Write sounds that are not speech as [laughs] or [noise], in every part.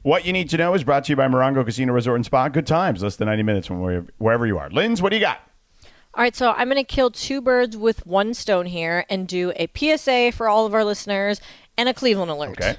What you need to know is brought to you by Morongo Casino Resort and Spa. Good times, less than 90 minutes from wherever you are. Linz, what do you got? All right, so I'm going to kill two birds with one stone here and do a PSA for all of our listeners and a Cleveland alert. Okay.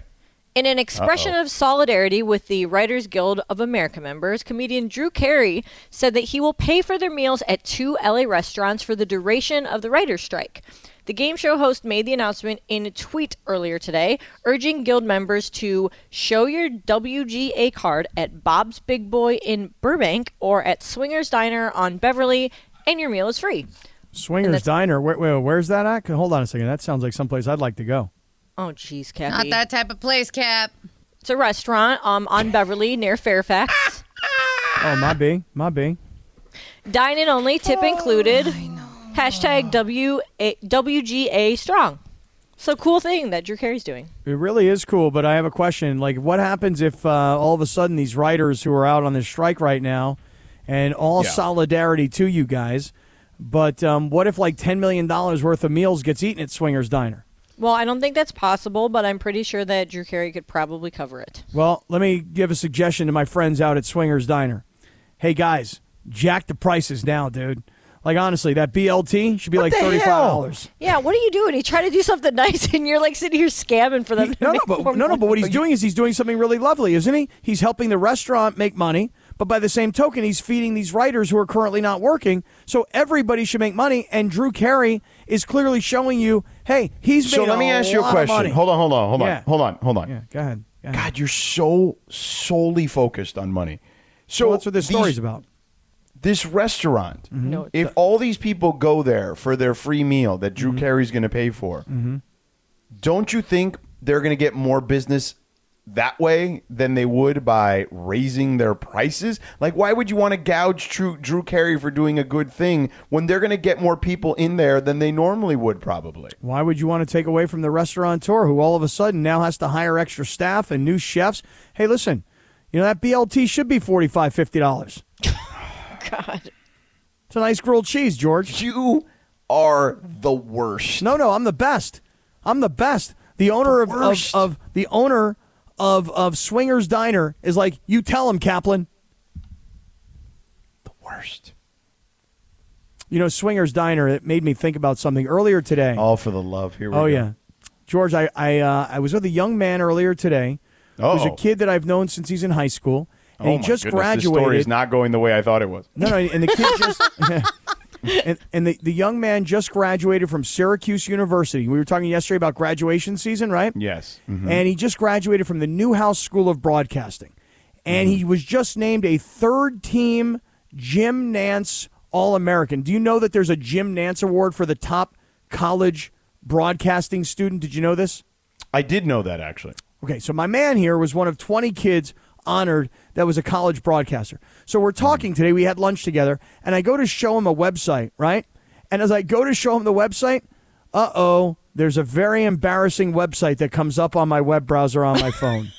In an expression Uh-oh. of solidarity with the Writers Guild of America members, comedian Drew Carey said that he will pay for their meals at two LA restaurants for the duration of the writers' strike. The game show host made the announcement in a tweet earlier today, urging guild members to show your WGA card at Bob's Big Boy in Burbank or at Swingers Diner on Beverly, and your meal is free. Swingers Diner, wait, wait, where's that at? Hold on a second. That sounds like someplace I'd like to go. Oh, jeez, Cap. Not that type of place, Cap. It's a restaurant um, on Beverly near Fairfax. oh, my B. My B. Dine in only, tip oh, included. Hashtag w- A- WGA strong. So cool thing that Drew Carey's doing. It really is cool, but I have a question. Like, what happens if uh, all of a sudden these writers who are out on this strike right now, and all yeah. solidarity to you guys, but um, what if like $10 million worth of meals gets eaten at Swingers Diner? Well, I don't think that's possible, but I'm pretty sure that Drew Carey could probably cover it. Well, let me give a suggestion to my friends out at Swingers Diner. Hey, guys, jack the prices now, dude. Like, honestly, that BLT should be what like $35. Hell? Yeah, what are you doing? He tried to do something [laughs] nice, and you're like sitting here scamming for them. He, no, no, but, no, no, but what he's doing is he's doing something really lovely, isn't he? He's helping the restaurant make money. But by the same token, he's feeding these writers who are currently not working. So everybody should make money. And Drew Carey is clearly showing you, hey, he's so. let me ask you a question. Hold on, hold on, hold on, yeah. hold on, hold on. Yeah, go ahead. go ahead. God, you're so solely focused on money. So well, that's what this these, story's about. This restaurant. Mm-hmm. No, if a- all these people go there for their free meal that Drew mm-hmm. Carey's going to pay for, mm-hmm. don't you think they're going to get more business that way than they would by raising their prices? Like, why would you want to gouge Drew, Drew Carey for doing a good thing when they're going to get more people in there than they normally would, probably? Why would you want to take away from the restaurateur who all of a sudden now has to hire extra staff and new chefs? Hey, listen, you know, that BLT should be $45, $50. [laughs] God. It's a nice grilled cheese, George. You are the worst. No, no, I'm the best. I'm the best. The owner the of, of, of the owner of of Swingers Diner is like, you tell him, Kaplan. The worst. You know, Swingers Diner. It made me think about something earlier today. All for the love. Here we oh, go. yeah, George. I I uh, I was with a young man earlier today. Oh, who's a kid that I've known since he's in high school, and oh he just goodness, graduated. This story is not going the way I thought it was. No, no, and the kid [laughs] just. [laughs] and, and the, the young man just graduated from Syracuse University. We were talking yesterday about graduation season, right? Yes. Mm-hmm. And he just graduated from the Newhouse School of Broadcasting. And mm-hmm. he was just named a third team Jim Nance All American. Do you know that there's a Jim Nance Award for the top college broadcasting student? Did you know this? I did know that, actually. Okay, so my man here was one of 20 kids honored that was a college broadcaster. So we're talking today. We had lunch together, and I go to show him a website, right? And as I go to show him the website, uh oh, there's a very embarrassing website that comes up on my web browser on [laughs] my phone.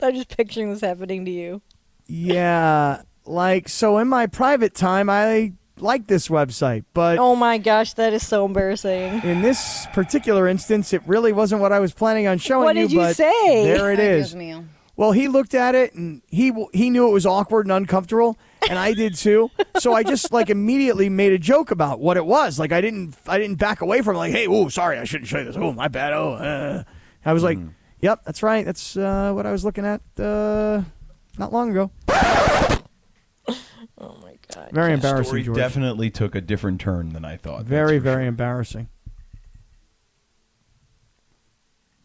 I'm just picturing this happening to you. Yeah, like so in my private time, I like this website, but oh my gosh, that is so embarrassing. In this particular instance, it really wasn't what I was planning on showing what you. What did you say? [laughs] There it is. Well, he looked at it and he he knew it was awkward and uncomfortable, and I did too. so I just like immediately made a joke about what it was. Like I didn't I didn't back away from it. like, hey, oh, sorry, I shouldn't show you this. Oh, my bad. Oh, uh. I was mm-hmm. like, yep, that's right. That's uh, what I was looking at uh, not long ago. oh my God. Very embarrassing. George. definitely took a different turn than I thought. Very, very sure. embarrassing.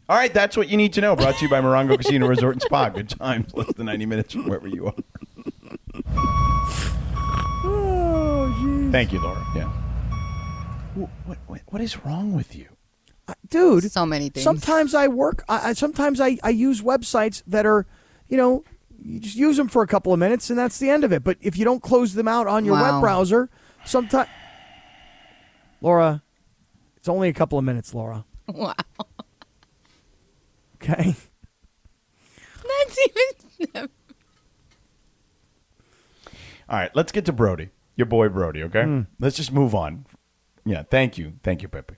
All right, that's what you need to know. Brought to you by [laughs] Morongo Casino Resort and Spa. Good times, less than ninety minutes from wherever you are. oh, geez. Oh, Thank you, Laura. Yeah. What, what, what is wrong with you? dude. So many things. Sometimes I work. I, I sometimes I, I use websites that are, you know, you just use them for a couple of minutes and that's the end of it. But if you don't close them out on your Wow. web browser, sometimes. Laura, it's only a couple of minutes, Laura. [laughs] Wow. Okay. [laughs] That's even. All right, let's get to Brody, your boy Brody. Okay, Hmm. let's just move on. Yeah, thank you, thank you, Pepe.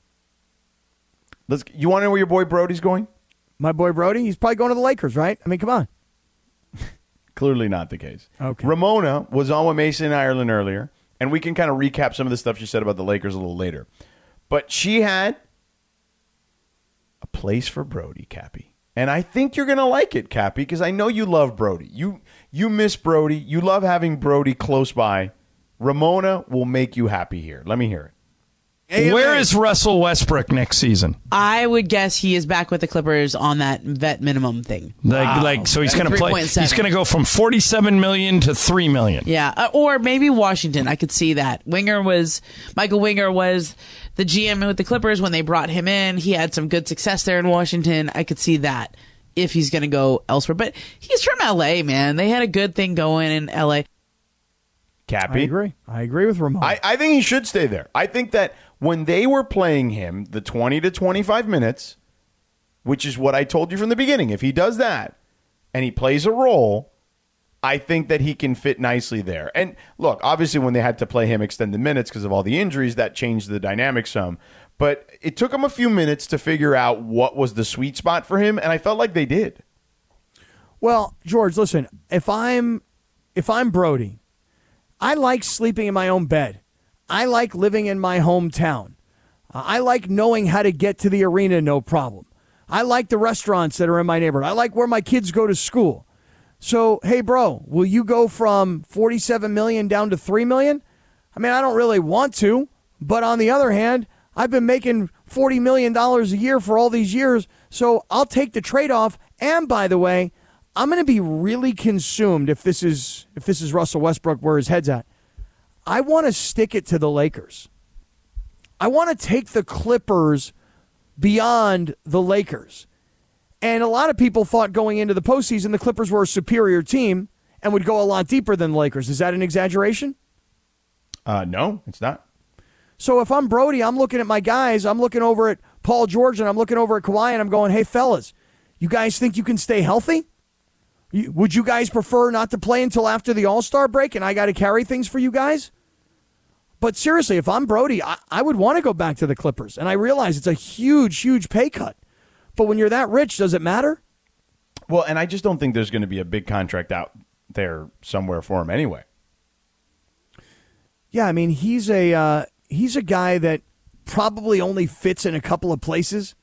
Let's. You want to know where your boy Brody's going? My boy Brody, he's probably going to the Lakers, right? I mean, come on. Clearly not the case. Okay. Ramona was on with Mason in Ireland earlier, and we can kind of recap some of the stuff she said about the Lakers a little later. But she had a place for Brody, Cappy. And I think you're gonna like it, Cappy, because I know you love Brody. You you miss Brody. You love having Brody close by. Ramona will make you happy here. Let me hear it. Where is Russell Westbrook next season? I would guess he is back with the Clippers on that vet minimum thing. Like, like so he's going to play. 3.7. He's going to go from forty-seven million to three million. Yeah, uh, or maybe Washington. I could see that. Winger was Michael Winger was the GM with the Clippers when they brought him in. He had some good success there in Washington. I could see that if he's going to go elsewhere. But he's from LA, man. They had a good thing going in LA. Cappy. I agree. I agree with Ramona. I, I think he should stay there. I think that when they were playing him the 20 to 25 minutes, which is what I told you from the beginning, if he does that and he plays a role, I think that he can fit nicely there. And look, obviously, when they had to play him extended minutes because of all the injuries, that changed the dynamic some. But it took him a few minutes to figure out what was the sweet spot for him, and I felt like they did. Well, George, listen, if I'm if I'm Brody, I like sleeping in my own bed. I like living in my hometown. Uh, I like knowing how to get to the arena no problem. I like the restaurants that are in my neighborhood. I like where my kids go to school. So, hey bro, will you go from 47 million down to 3 million? I mean, I don't really want to, but on the other hand, I've been making $40 million a year for all these years, so I'll take the trade-off. And by the way, I'm going to be really consumed if this is if this is Russell Westbrook where his head's at. I want to stick it to the Lakers. I want to take the Clippers beyond the Lakers. And a lot of people thought going into the postseason the Clippers were a superior team and would go a lot deeper than the Lakers. Is that an exaggeration? Uh, no, it's not. So if I'm Brody, I'm looking at my guys, I'm looking over at Paul George and I'm looking over at Kawhi and I'm going, hey, fellas, you guys think you can stay healthy? You- Would you guys prefer not to play until after the All Star break and I got to carry things for you guys? But seriously, if I'm Brody, I, I would want to go back to the Clippers. And I realize it's a huge, huge pay cut. But when you're that rich, does it matter? Well, and I just don't think there's going to be a big contract out there somewhere for him anyway. Yeah, I mean he's a uh, he's a guy that probably only fits in a couple of places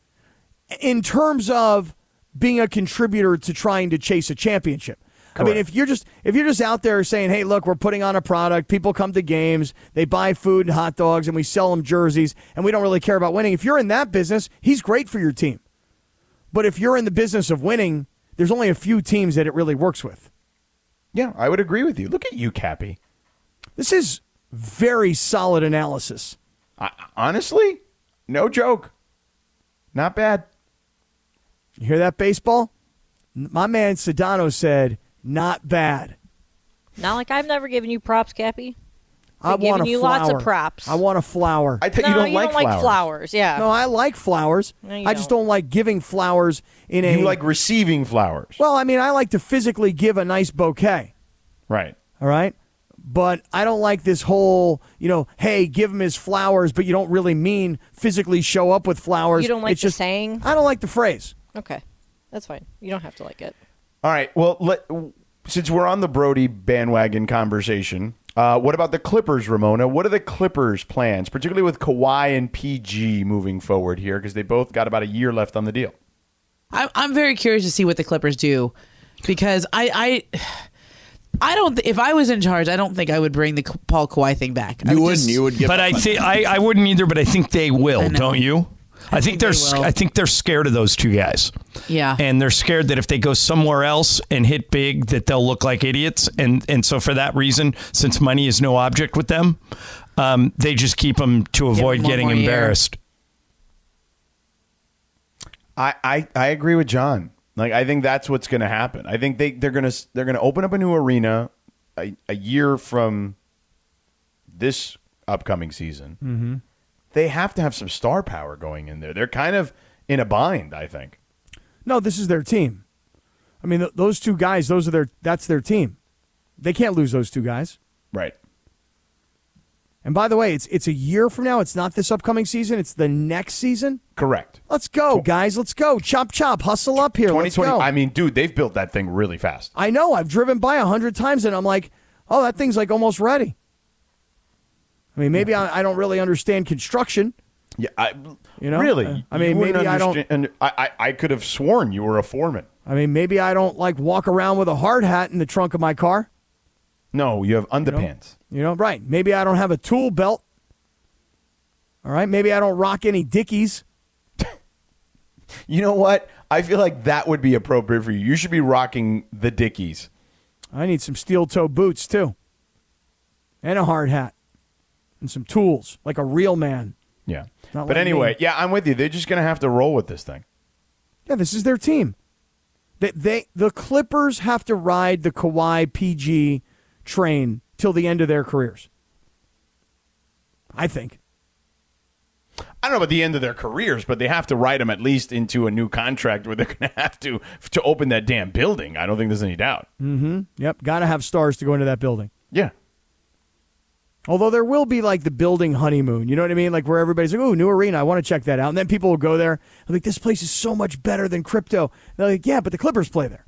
in terms of being a contributor to trying to chase a championship. I mean, if you're just if you're just out there saying, "Hey, look, we're putting on a product. People come to games, they buy food and hot dogs, and we sell them jerseys, and we don't really care about winning." If you're in that business, he's great for your team. But if you're in the business of winning, there's only a few teams that it really works with. Yeah, I would agree with you. Look at you, Cappy. This is very solid analysis. I, honestly, no joke. Not bad. You hear that baseball? N- My man Sedano said, "Not bad." Not like I've never given you props, Cappy. I Been want a giving you flower. lots of props. I want a flower. I think no, you don't like flowers. flowers. Yeah. no, I like flowers. No, you I just don't. don't like giving flowers in a You like receiving flowers. Well, I mean, I like to physically give a nice bouquet. right. All right. But I don't like this whole, you know, hey, give him his flowers, but you don't really mean physically show up with flowers. You don't like it's the just, saying? I don't like the phrase. Okay. That's fine. You don't have to like it. All right. Well, let, since we're on the Brody bandwagon conversation, uh, what about the Clippers, Ramona? What are the Clippers' plans, particularly with Kawhi and PG moving forward here, because they both got about a year left on the deal? I'm I'm very curious to see what the Clippers do because I I I don't th- if I was in charge, I don't think I would bring the K- Paul Kawhi thing back. I You would wouldn't. just- You would get. But I think I, I wouldn't either. But I think they will, know. don't you? I, think, think they're they sc- will. I think they're scared of those two guys. Yeah. and they're scared that if they go somewhere else and hit big, that they'll look like idiots. And and so for that reason, since money is no object with them, um, they just keep them to avoid one getting more year. embarrassed. I, I, I agree with John. Like I think that's what's going to happen. I think they they're going to they're going to open up a new arena a, a year from this upcoming season. Mm-hmm. They have to have some star power going in there. They're kind of in a bind, I think. No, this is their team. I mean, th- those two guys, those are their that's their team. They can't lose those two guys. Right. And by the way, it's it's a year from now. It's not this upcoming season. It's the next season. Correct. Let's go, guys. Let's go. Chop chop. Hustle up here. Let's 2020 go. I mean, dude, they've built that thing really fast. I know. I've driven by a hundred times, and I'm like, oh, that thing's like almost ready. I mean, maybe I, I don't really understand construction. Yeah, I, You know? really. Uh, I You mean, wouldn't maybe I don't- understand- And I, I, I could have sworn you were a foreman. I mean, maybe I don't like walk around with a hard hat in the trunk of my car. No, you have underpants. You know, right? Maybe I don't have a tool belt. All right. Maybe I don't rock any Dickies. You know what? I feel like that would be appropriate for you. You should be rocking the Dickies. I need some steel toe boots too, and a hard hat, and some tools like a real man. Yeah. Not but like anyway, me. yeah, I'm with you. They're just going to have to roll with this thing. Yeah, this is their team. They, they the Clippers have to ride the Kawhi PG train till the end of their careers. I think. I don't know about the end of their careers, but they have to write them at least into a new contract where they're going to [laughs] have to to open that damn building. I don't think there's any doubt. Mm-hmm. Yep. Got to have stars to go into that building. Yeah. Although there will be like the building honeymoon, you know what I mean? Like where everybody's like, "Oh, new arena, I want to check that out," and then people will go there. I'm like, "This place is so much better than crypto." And they're like, "Yeah, but the Clippers play there,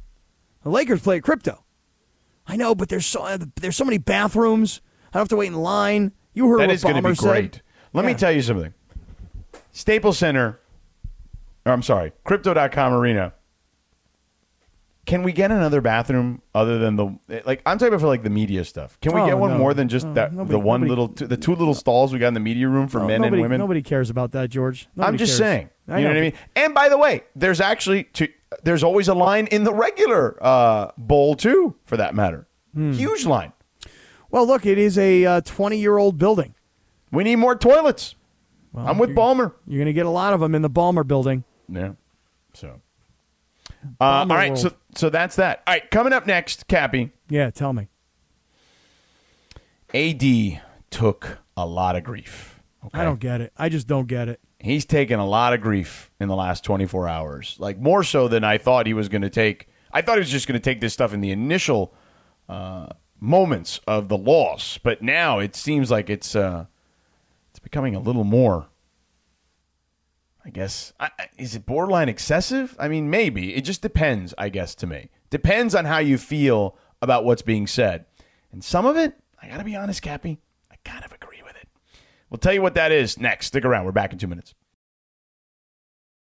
the Lakers play at crypto." I know, but there's so uh, there's so many bathrooms. I don't have to wait in line. You heard That what is going to Ballmer be said. great. Let me Yeah. tell you something. Staples Center, or I'm sorry, Crypto.com Arena. Can we get another bathroom other than the like? I'm talking about for like the media stuff. Can we Oh, get one no. more than just No, that? nobody- the one nobody- little, two, the two little stalls we got in the media room for No, men nobody, and women. Nobody cares about that, George. Nobody I'm just cares. saying. I you know, what know. I mean? And by the way, there's actually two, there's always a line in the regular uh, bowl too, for that matter. Hmm. Huge line. Well, look, it is a 20 year old building. We need more toilets. I'm with Balmer. You're going to get a lot of them in the Balmer building. Yeah. So. Uh, all Bomber right. So world. so that's that. All right. Coming up next, Cappy. Yeah, tell me. AD took a lot of grief. I don't get it. I just don't get it. He's taken a lot of grief in the last 24 hours, like more so than I thought he was going to take. I thought he was just going to take this stuff in the initial uh, moments of the loss, but now it seems like it's uh, it's becoming a little more. I guess I, I- is it borderline excessive? I mean, maybe it just depends. I guess to me depends on how you feel about what's being said, and some of it, I got to be honest, Cappy, I kind of agree with it. We'll tell you what that is next. Stick around. We're back in two minutes.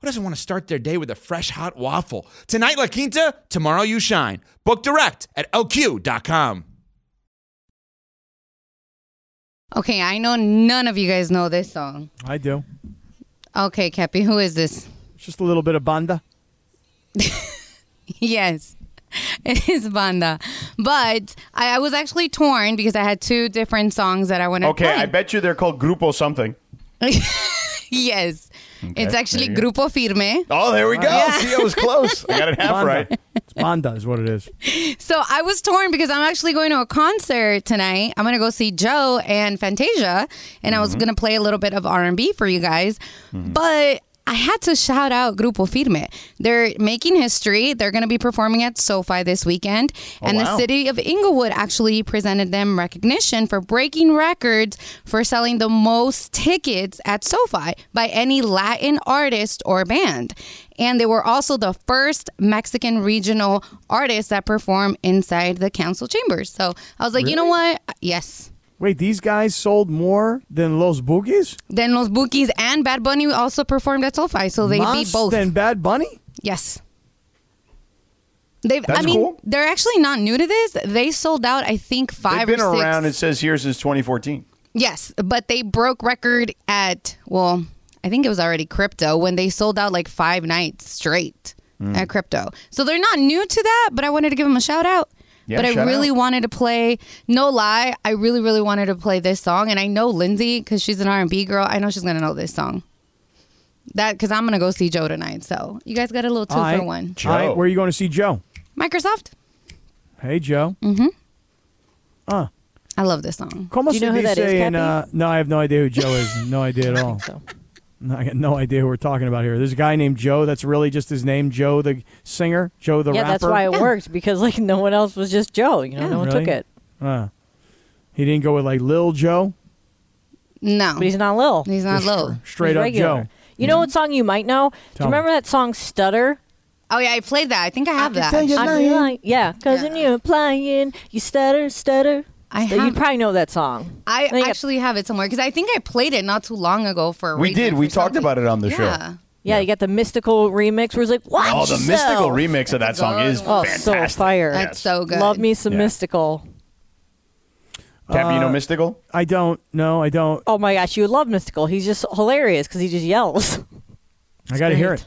who doesn't want to start their day with a fresh hot waffle? Tonight, La Quinta, tomorrow, you shine. Book direct at lq.com. Okay, I know none of you guys know this song. I do. Okay, Cappy, who is this? [laughs] Just a little bit of banda. yes, it is Banda. But I, I was actually torn because I had two different songs that I wanted Okay, to I bet you they're called Grupo something. yes, Okay, it's actually there you Grupo Firme. Oh, there we go. Yeah. See, I was close. I got it half Banda. right. It's banda is what [laughs] it is. So I was torn because I'm actually going to a concert tonight. I'm going to go see Mm-hmm. Joe and Fantasia, and I was going to play a little bit of R&B for you guys. But I had to shout out Grupo Firme. They're making history. They're going to be performing at SoFi this weekend. Oh, and wow. the city of Inglewood actually presented them recognition for breaking records for selling the most tickets at SoFi by any Latin artist or band. And they were also the first Mexican regional artists that perform inside the council chambers. So I was like, you know what? Yes. Wait, these guys sold more than Los Boogies? Then Los Bookies and Bad Bunny also performed at SoFi, so they Mas beat both. Than Bad Bunny? Yes. They've, I That's mean, cool. they're actually not new to this. They sold out, I think, They've five been or six. around. It says here since 2014. Yes, but they broke record at well, I think it was already crypto when they sold out like five nights straight Hmm. Mm. at crypto. So they're not new to that, but I wanted to give them a shout out. Yeah, but I shout really out. wanted to play. No lie, I really, really wanted to play this song, and I know Lindsay because she's an R and B girl. I know she's gonna know this song. That because I'm gonna go see Joe tonight. So you guys got a little two All for right. one. All right, where are you going to see Joe? Microsoft. Hey, Joe. Mm-hmm. Uh, I love this song. ¿Cómo se dice in, uh, no, I have no idea who Joe [laughs] is. No idea at all. No, I got no idea who we're talking about here. There's a guy named Joe. That's really just his name, Joe the singer, Joe the yeah, rapper. that's why it worked because like no one else was just Joe. You know, no one took Really? it. Uh, he didn't go with like Lil Joe. No, but he's not Lil. He's not Just Lil. str- straight up regular. Joe. Mm-hmm. You know what song you might know? Do Tell you me. remember that song Stutter? Oh yeah, I played that. I think I have that. I'm actually. lying. Yeah, because when you're playing, you stutter, stutter. I you have- probably know that song. I actually have it somewhere because I think I played it not too long ago for. a We radio did. We for talked about it on the something. show. yeah. Yeah, you got the mystical remix where it's like, watch Oh, the mystical yourself." remix of that song is oh, fantastic. so fire. That's so good. Love me some mystical. Tab, you know Uh, Mystical? I don't. No, I don't. Oh my gosh, you would love mystical. He's just hilarious because he just yells. [laughs] I got to hear it.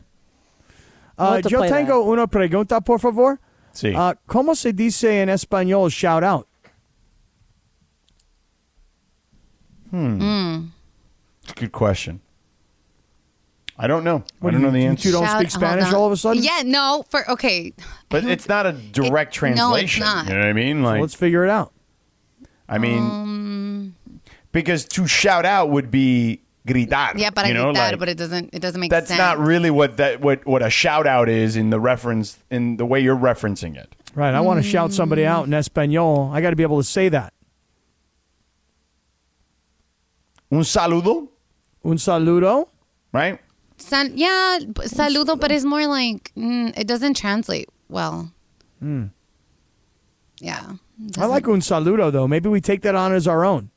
I'll Uh, have to yo play that. tengo una pregunta, por favor. Sí. Uh, ¿Cómo se dice en español shout out? Hmm. It's a good question. I don't know. I What, don't you- know the you answer. two don't Shout- speak Hold on. Yeah, no. For okay, But it's not a direct no, it's translation. not. You know what I mean? Like, let's figure it out. I mean, Um, because to shout out would be gritar. yeah, but I you know, get that, like, but it doesn't. It doesn't make that's sense. not really what that what what a shout out is in the reference in the way you're referencing it. Right. I want to shout somebody out in Espanol. I got to be able to say that. Un saludo. Un saludo. Right. San, yeah, b- saludo, but it's more like mm, it doesn't translate well. Mm. Yeah. I like un saludo though. Maybe we take that on as our own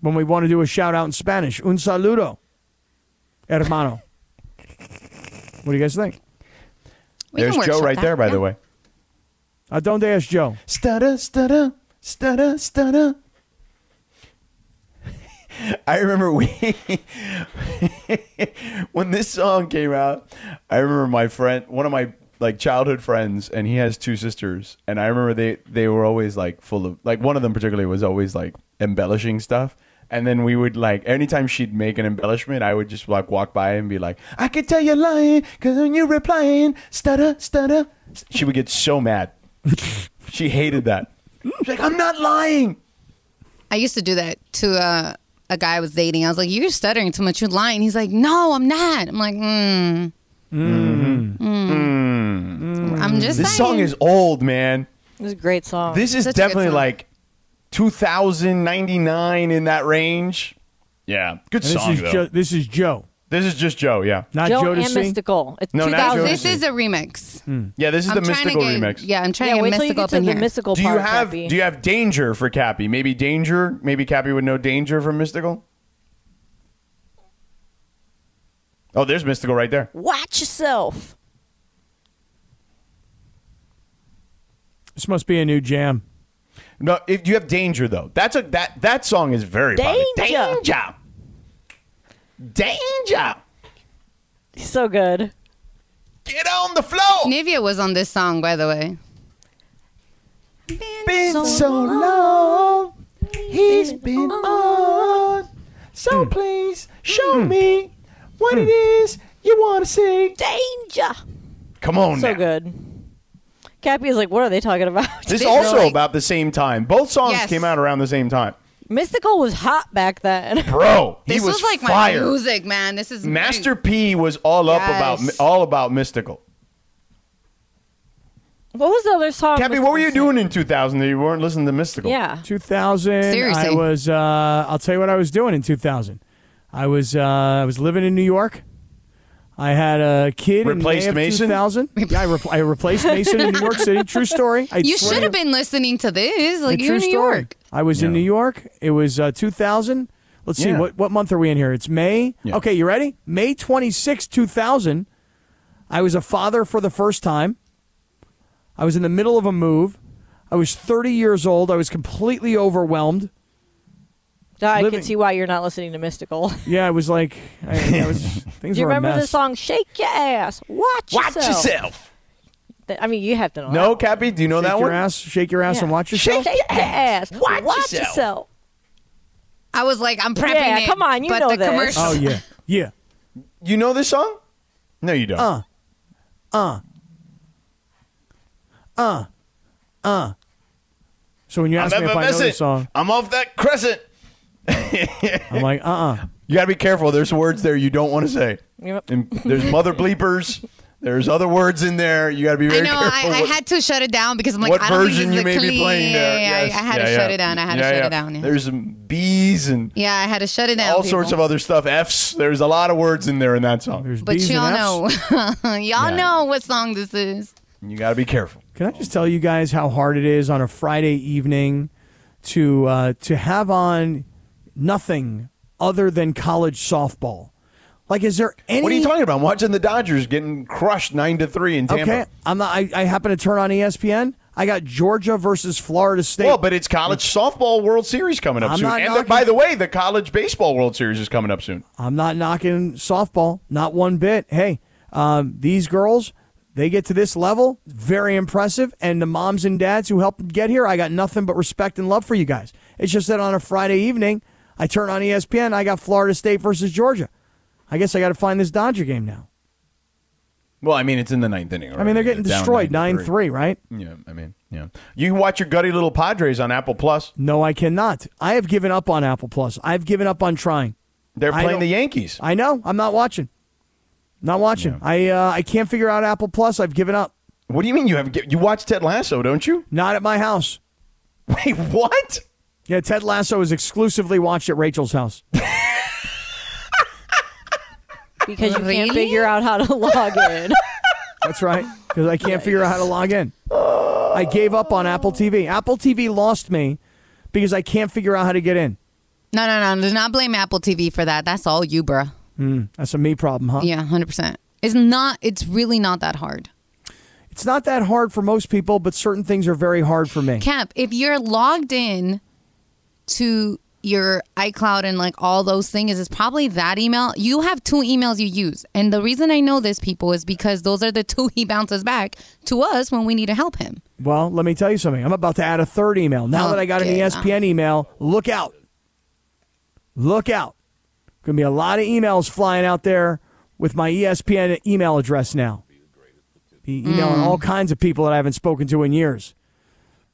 when we want to do a shout out in Spanish. Un saludo, hermano. what do you guys think? We can There's Joe workshop right that, there, by yeah. the way. Uh, don't ask Joe. Stutter, stutter, stutter, stutter. [laughs] I remember we [laughs] when this song came out. I remember my friend, one of my like childhood friends, and he has two sisters. And I remember they they were always like full of like one of them particularly was always like embellishing stuff. And then we would like anytime she'd make an embellishment, I would just like walk by and be like, "I could tell you're lying because when you're replying, stutter, stutter." She would get so mad. she hated that. She's like, "I'm not lying." I used to do that to uh, a guy I was dating. I was like, "You're stuttering too much. You're lying." He's like, "No, I'm not." I'm like, mm, Mm-hmm. I'm just This saying. song is old, man. It was a great song. This is definitely like 2099 in that range. Yeah, good And this song is though. Jo- this is Joe, this is just Joe. Yeah, not Joe Joe to and sing. mystical. It's No, not 2000. Joe to this is a remix. yeah, this is I'm the trying to mystical get- remix. Yeah, I'm trying Yeah, to wait get till you mystical get up to in the here. mystical Do you part, have Cappy. Do you have danger for Cappy? Maybe danger. Maybe Cappy would know danger from mystical. Oh, there's mystical right there. Watch yourself. This must be a new jam. No, if you have danger though, that's a that that song is very popular. Danger. danger, danger. So good. Get on the floor. Nivea was on this song, by the way. Been so, long, he's been on. So please show me what it is you want to see. Danger. Come on, so now. good. Cappy is like, what are they talking about? [laughs] This also about the same time. Both songs Yes. came out around the same time. Mystical was hot back then. [laughs] Bro, he this was, was, like fire. my music, man. This is Master P was all up Yes. about all about mystical. What was the other song? Cappy, what were you doing in 2000 that you weren't listening to mystical? Yeah. 2000. I Seriously. was. Uh, I'll tell you what I was doing in 2000. I was. Uh, I was living in New York. I had a kid. Replaced in May of Mason? 2000. Yeah, I, repl I replaced Mason in New [laughs] York City. True story. I you swear. should have been listening to this. Like A you're in New story. York. I was in New York. It was uh, 2000. Let's see Yeah. what what month are we in here? It's May. Okay, you ready? May 26, 2000. I was a father for the first time. I was in the middle of a move. I was 30 years old. I was completely overwhelmed. I Living- can see why you're not listening to Mystical. [laughs] Yeah, I was like, I, I [laughs] was, things Do you were a remember the mess. song "Shake Your Ass"? Watch, Watch yourself. yourself. Th- I mean, you have to know. No, Cappy, do you know shake that your one? Ass, shake your ass Yeah. and watch yourself. Shake your ass. Watch, yourself. yourself. I was like, I'm prepping Yeah, it. come on, you but know the this. commercial. Oh yeah, yeah. You know this song? No, you don't. Uh, uh, uh, uh. So when you ask I'm me if I know effervescent. this song, I'm off that crescent. I'm like, uh, uh You got to be careful. There's words there you don't want to say. Yep. And there's mother bleepers. There's other words in there. You got to be I very know. I, careful. I what- had to shut it down because I'm like, what I don't version think you this is may the be clean. playing yeah, there. yeah, yeah. Yes. I had to Yeah, shut yeah. it down. I had to Yeah, shut yeah. it down. Yeah. There's some B's and yeah, I had to shut it down. all sorts of people. other stuff. F's. There's a lot of words in there in that song. But y'all know, [laughs] y'all Yeah. know what song this is. You got to be careful. Can I just tell you guys how hard it is on a Friday evening to uh, to have on nothing other than college softball? Like, is there any? What are you talking about? I'm watching the Dodgers getting crushed nine to three in Tampa. Okay, I'm not. I, I happen to turn on E ESPN. I got Georgia versus Florida State. Well, but it's college softball World Series coming up I'm soon. not And the- knocking- by the way, the college baseball World Series is coming up soon. I'm not knocking softball, not one bit. Hey, um, these girls, they get to this level, very impressive. And the moms and dads who helped them get here, I got nothing but respect and love for you guys. It's just that on a Friday evening, I turn on E ESPN, I got Florida State versus Georgia. I guess I got to find this Dodger game now. Well, I mean, it's in the ninth inning. I mean, they're already. getting They're down destroyed, nine nine to three, right? Yeah, I mean, yeah. You can watch your gutty little Padres on Apple Plus. No, I cannot. I have given up on Apple Plus. I've given up on trying. They're I playing don't- the Yankees. I know. I'm not watching. Not watching. I uh, I can't figure out Apple Plus. I've given up. What do you mean you have you watch Ted Lasso, don't you? [laughs] Not at my house. Wait, what? Yeah, Ted Lasso is exclusively watched at Rachel's house. because you Really? can't figure out how to [laughs] log in. That's right, because I can't figure out how to log in. I gave up on Apple TV. Apple TV lost me because I can't figure out how to get in. No, no, no. Do not blame Apple TV for that. That's all you, bruh. Hmm, that's a me problem, huh? Yeah, hundred percent. It's not. It's really not that hard. It's not that hard for most people, but certain things are very hard for me. Cap, if you're logged in to your iCloud and like all those things, it's probably that email. You have two emails you use. And the reason I know this, people, is because those are the two [laughs] he bounces back to us when we need to help him. Well, let me tell you something. I'm about to add a third email. Now that I got an E Okay. ESPN email, look out. Look out. Going to be a lot of emails flying out there with my E ESPN email address now. Be emailing Mm. all kinds of people that I haven't spoken to in years.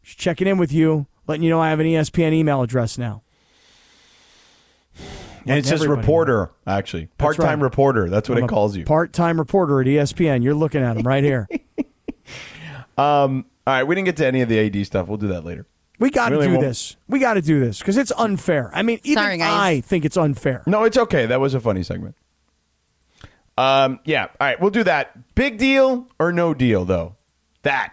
Just checking in with you, letting you know I have an E ESPN email address now. And it says Everybody. reporter, actually. Part time right. reporter. That's what I'm it a calls you. Part time reporter at E ESPN. You're looking at him [laughs] right here. Um, all right, we didn't get to any of the AD stuff. We'll do that later. We got to Really do won't- this. We got to do this because it's unfair. I mean, even Sorry, guys. I think it's unfair. No, it's okay. That was a funny segment. Um, yeah. All right, we'll do that. Big deal or no deal, though? That.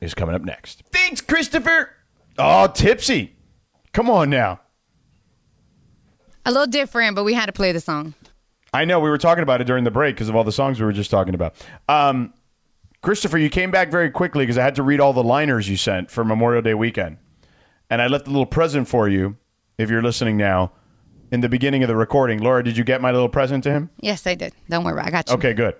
is coming up next. Thanks, Christopher. Oh, tipsy! Come on now. A little different, but we had to play the song. I know we were talking about it during the break because of all the songs we were just talking about. Um, Christopher, you came back very quickly because I had to read all the liners you sent for Memorial Day weekend, and I left a little present for you if you're listening now. In the beginning of the recording, Laura, did you get my little present to him? Yes, I did. Don't worry, I got you. Okay, good.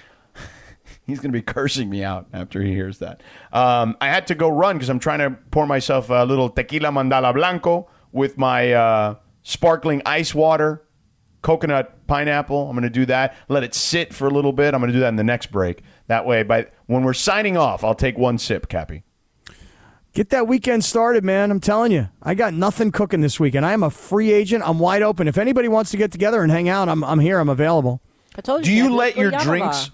[laughs] He's going to be cursing me out after he hears that. Um, I had to go run because I'm trying to pour myself a little tequila mandala blanco with my uh, sparkling ice water, coconut pineapple. I'm going to do that. Let it sit for a little bit. I'm going to do that in the next break. That way, by when we're signing off, I'll take one sip, Cappy. Get that weekend started, man. I'm telling you, I got nothing cooking this weekend. I am a free agent. I'm wide open. If anybody wants to get together and hang out, I'm, I'm here. I'm available. I told Do you let your drinks?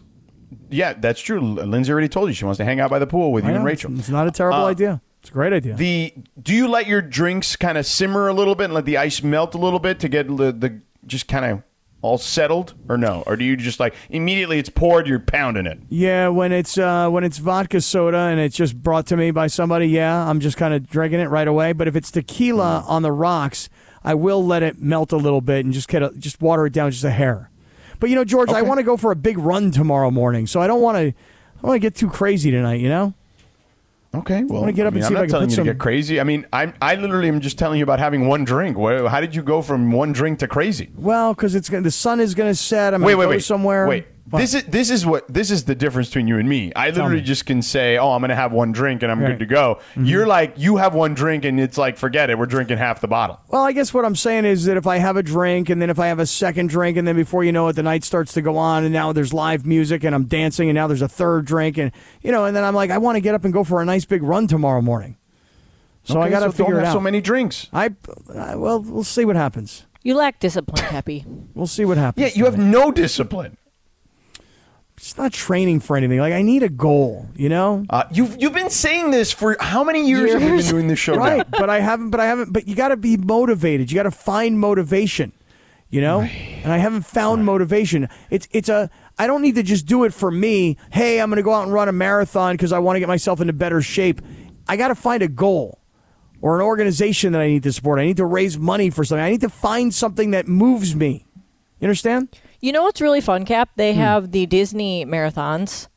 Yeah, that's true. Lindsay already told you she wants to hang out by the pool with I you and know, Rachel. It's, it's not a terrible Uh, idea. It's a great idea. The do you let your drinks kind of simmer a little bit and let the ice melt a little bit to get the, the just kind of all settled or no? Or do you just like immediately it's poured, you're pounding it? Yeah, when it's uh, when it's vodka soda and it's just brought to me by somebody, yeah, I'm just kind of drinking it right away. But if it's Mm. tequila on the rocks, I will let it melt a little bit and just get a, just water it down just a hair. But you know, George, I want to go for a big run tomorrow morning, so I don't want to I want to get too crazy tonight. You know? Okay, well, I want to get up mean, and I'm see if I not can telling put you some. to get crazy. I mean, I'm I literally am just telling you about having one drink. Where, how did you go from one drink to crazy? Well, because it's gonna, the sun is going to set. I'm wait, gonna wait, go wait. somewhere. Wait. What? This is this is what this is the difference between you and me. I Tell literally me. just can say, "Oh, I'm going to have one drink and I'm Right. Mm-hmm. good to go." You're like, you have one drink and it's like, forget it. We're drinking half the bottle. Well, I guess what I'm saying is that if I have a drink and then if I have a second drink and then before you know it, the night starts to go on and now there's live music and I'm dancing and now there's a third drink and you know and then I'm like I want to get up and go for a nice big run tomorrow morning. So I Okay, got to so don't figure it have out. so many drinks. I, I well, we'll see what happens. You lack discipline, Happy. We'll see what happens. Yeah, you have no discipline. It's not training for anything. Like I need a goal, you know. Uh, you've you've been saying this for how many years, have we been Years. doing this show? [laughs] right, now? but I haven't. But I haven't. But you got to be motivated. You got to find motivation. You know, and I haven't found motivation. It's it's a. I don't need to just do it for me. Hey, I'm going to go out and run a marathon because I want to get myself into better shape. I got to find a goal or an organization that I need to support. I need to raise money for something. I need to find something that moves me. You understand? You know what's really fun, Cap? They Hmm. have the Disney marathons.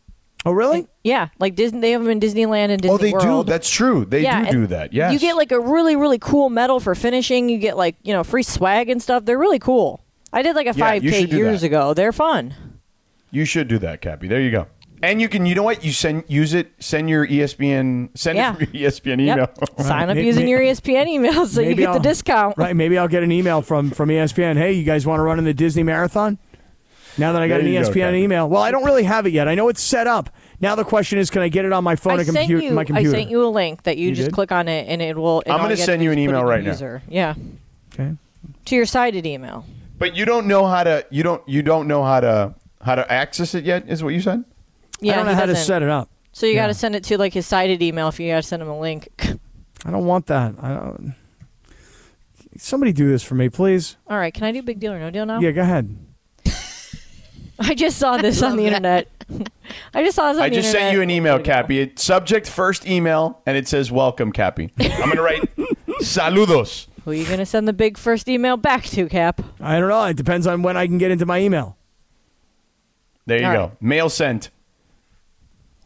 Oh, really? yeah, like Disney. They have them in Disneyland and Disney Oh, they do. World. That's true. They Yeah, do do and that. Yes. You get like a really, really cool medal for finishing. You get like, you know, free swag and stuff. They're really cool. I did like a Yeah, 5K you should do years that. ago. They're fun. You should do that, Cappy. There you go. And you can, you know what? You send use it. Send your E ESPN. Send Yeah. it from your [laughs] E ESPN email. Yep. Sign up using your E ESPN email [laughs] so you Maybe get the I'll- discount. Right. Maybe I'll get an email from from E ESPN. Hey, you guys want to run in the Disney marathon? Now that I got There an E you go, ESPN Kathy. email. Well, I don't really have it yet. I know it's set up. Now the question is, can I get it on my phone I and sent computer? you. my I computer. sent you a link that you, You just did? click on it and it will. And I'm all gonna you gotta send do you is an put in email your right now. user. now. Yeah. Okay. To your cited email. But you don't know how to. You don't. You don't know how to how to access it yet. Is what you said? Yeah. I don't know he how to doesn't. set it up. So you got to send it to like his cited email if you got to send him a link. [laughs] I don't want that. I don't. Somebody do this for me, please. All right. Can I do big deal or no deal now? Yeah, go ahead. I just saw this on the internet. [laughs] I just saw this on I the just internet. sent you an e- email, Cappy. It, subject first email, and it says welcome, Cappy. I'm gonna [laughs] write saludos. Who are you going to send the big first email back to, Cap? I don't know. It depends on when I can get into my email. There you All go. Mail sent.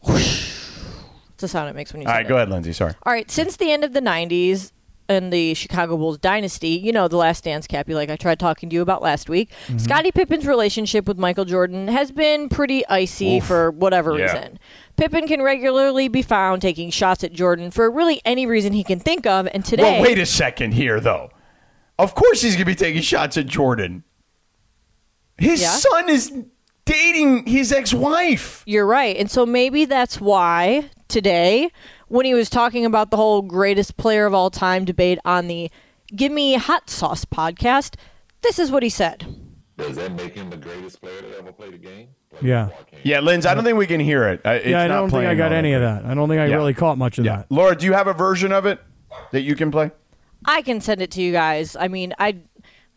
It's the sound it makes when you All say right, go ahead, Lindsay. Sorry. All right, since the end of the 90s and the Chicago Bulls dynasty, you know, the last dance, Cappy, like I tried talking to you about last week, Mm-hmm. Mhm. Scottie Pippen's relationship with Michael Jordan has been pretty icy Oof. for whatever Yeah. reason. Pippen can regularly be found taking shots at Jordan for really any reason he can think of, and today. Well, wait a second here, though. Of course, he's gonna be taking shots at Jordan. His Yeah? son is dating his ex-wife. You're right. And so maybe that's why today when he was talking about the whole greatest player of all time debate on the Give Me Hot Sauce podcast, this is what he said. Does that make him the greatest player that ever played the game? Yeah. Yeah, Linz, I don't think we can hear it. I, it's yeah, I not don't think I playing got on any it. of that. I don't think I Yeah. really caught much of that. Laura, do you have a version of it that you can play? I can send it to you guys. I mean, I,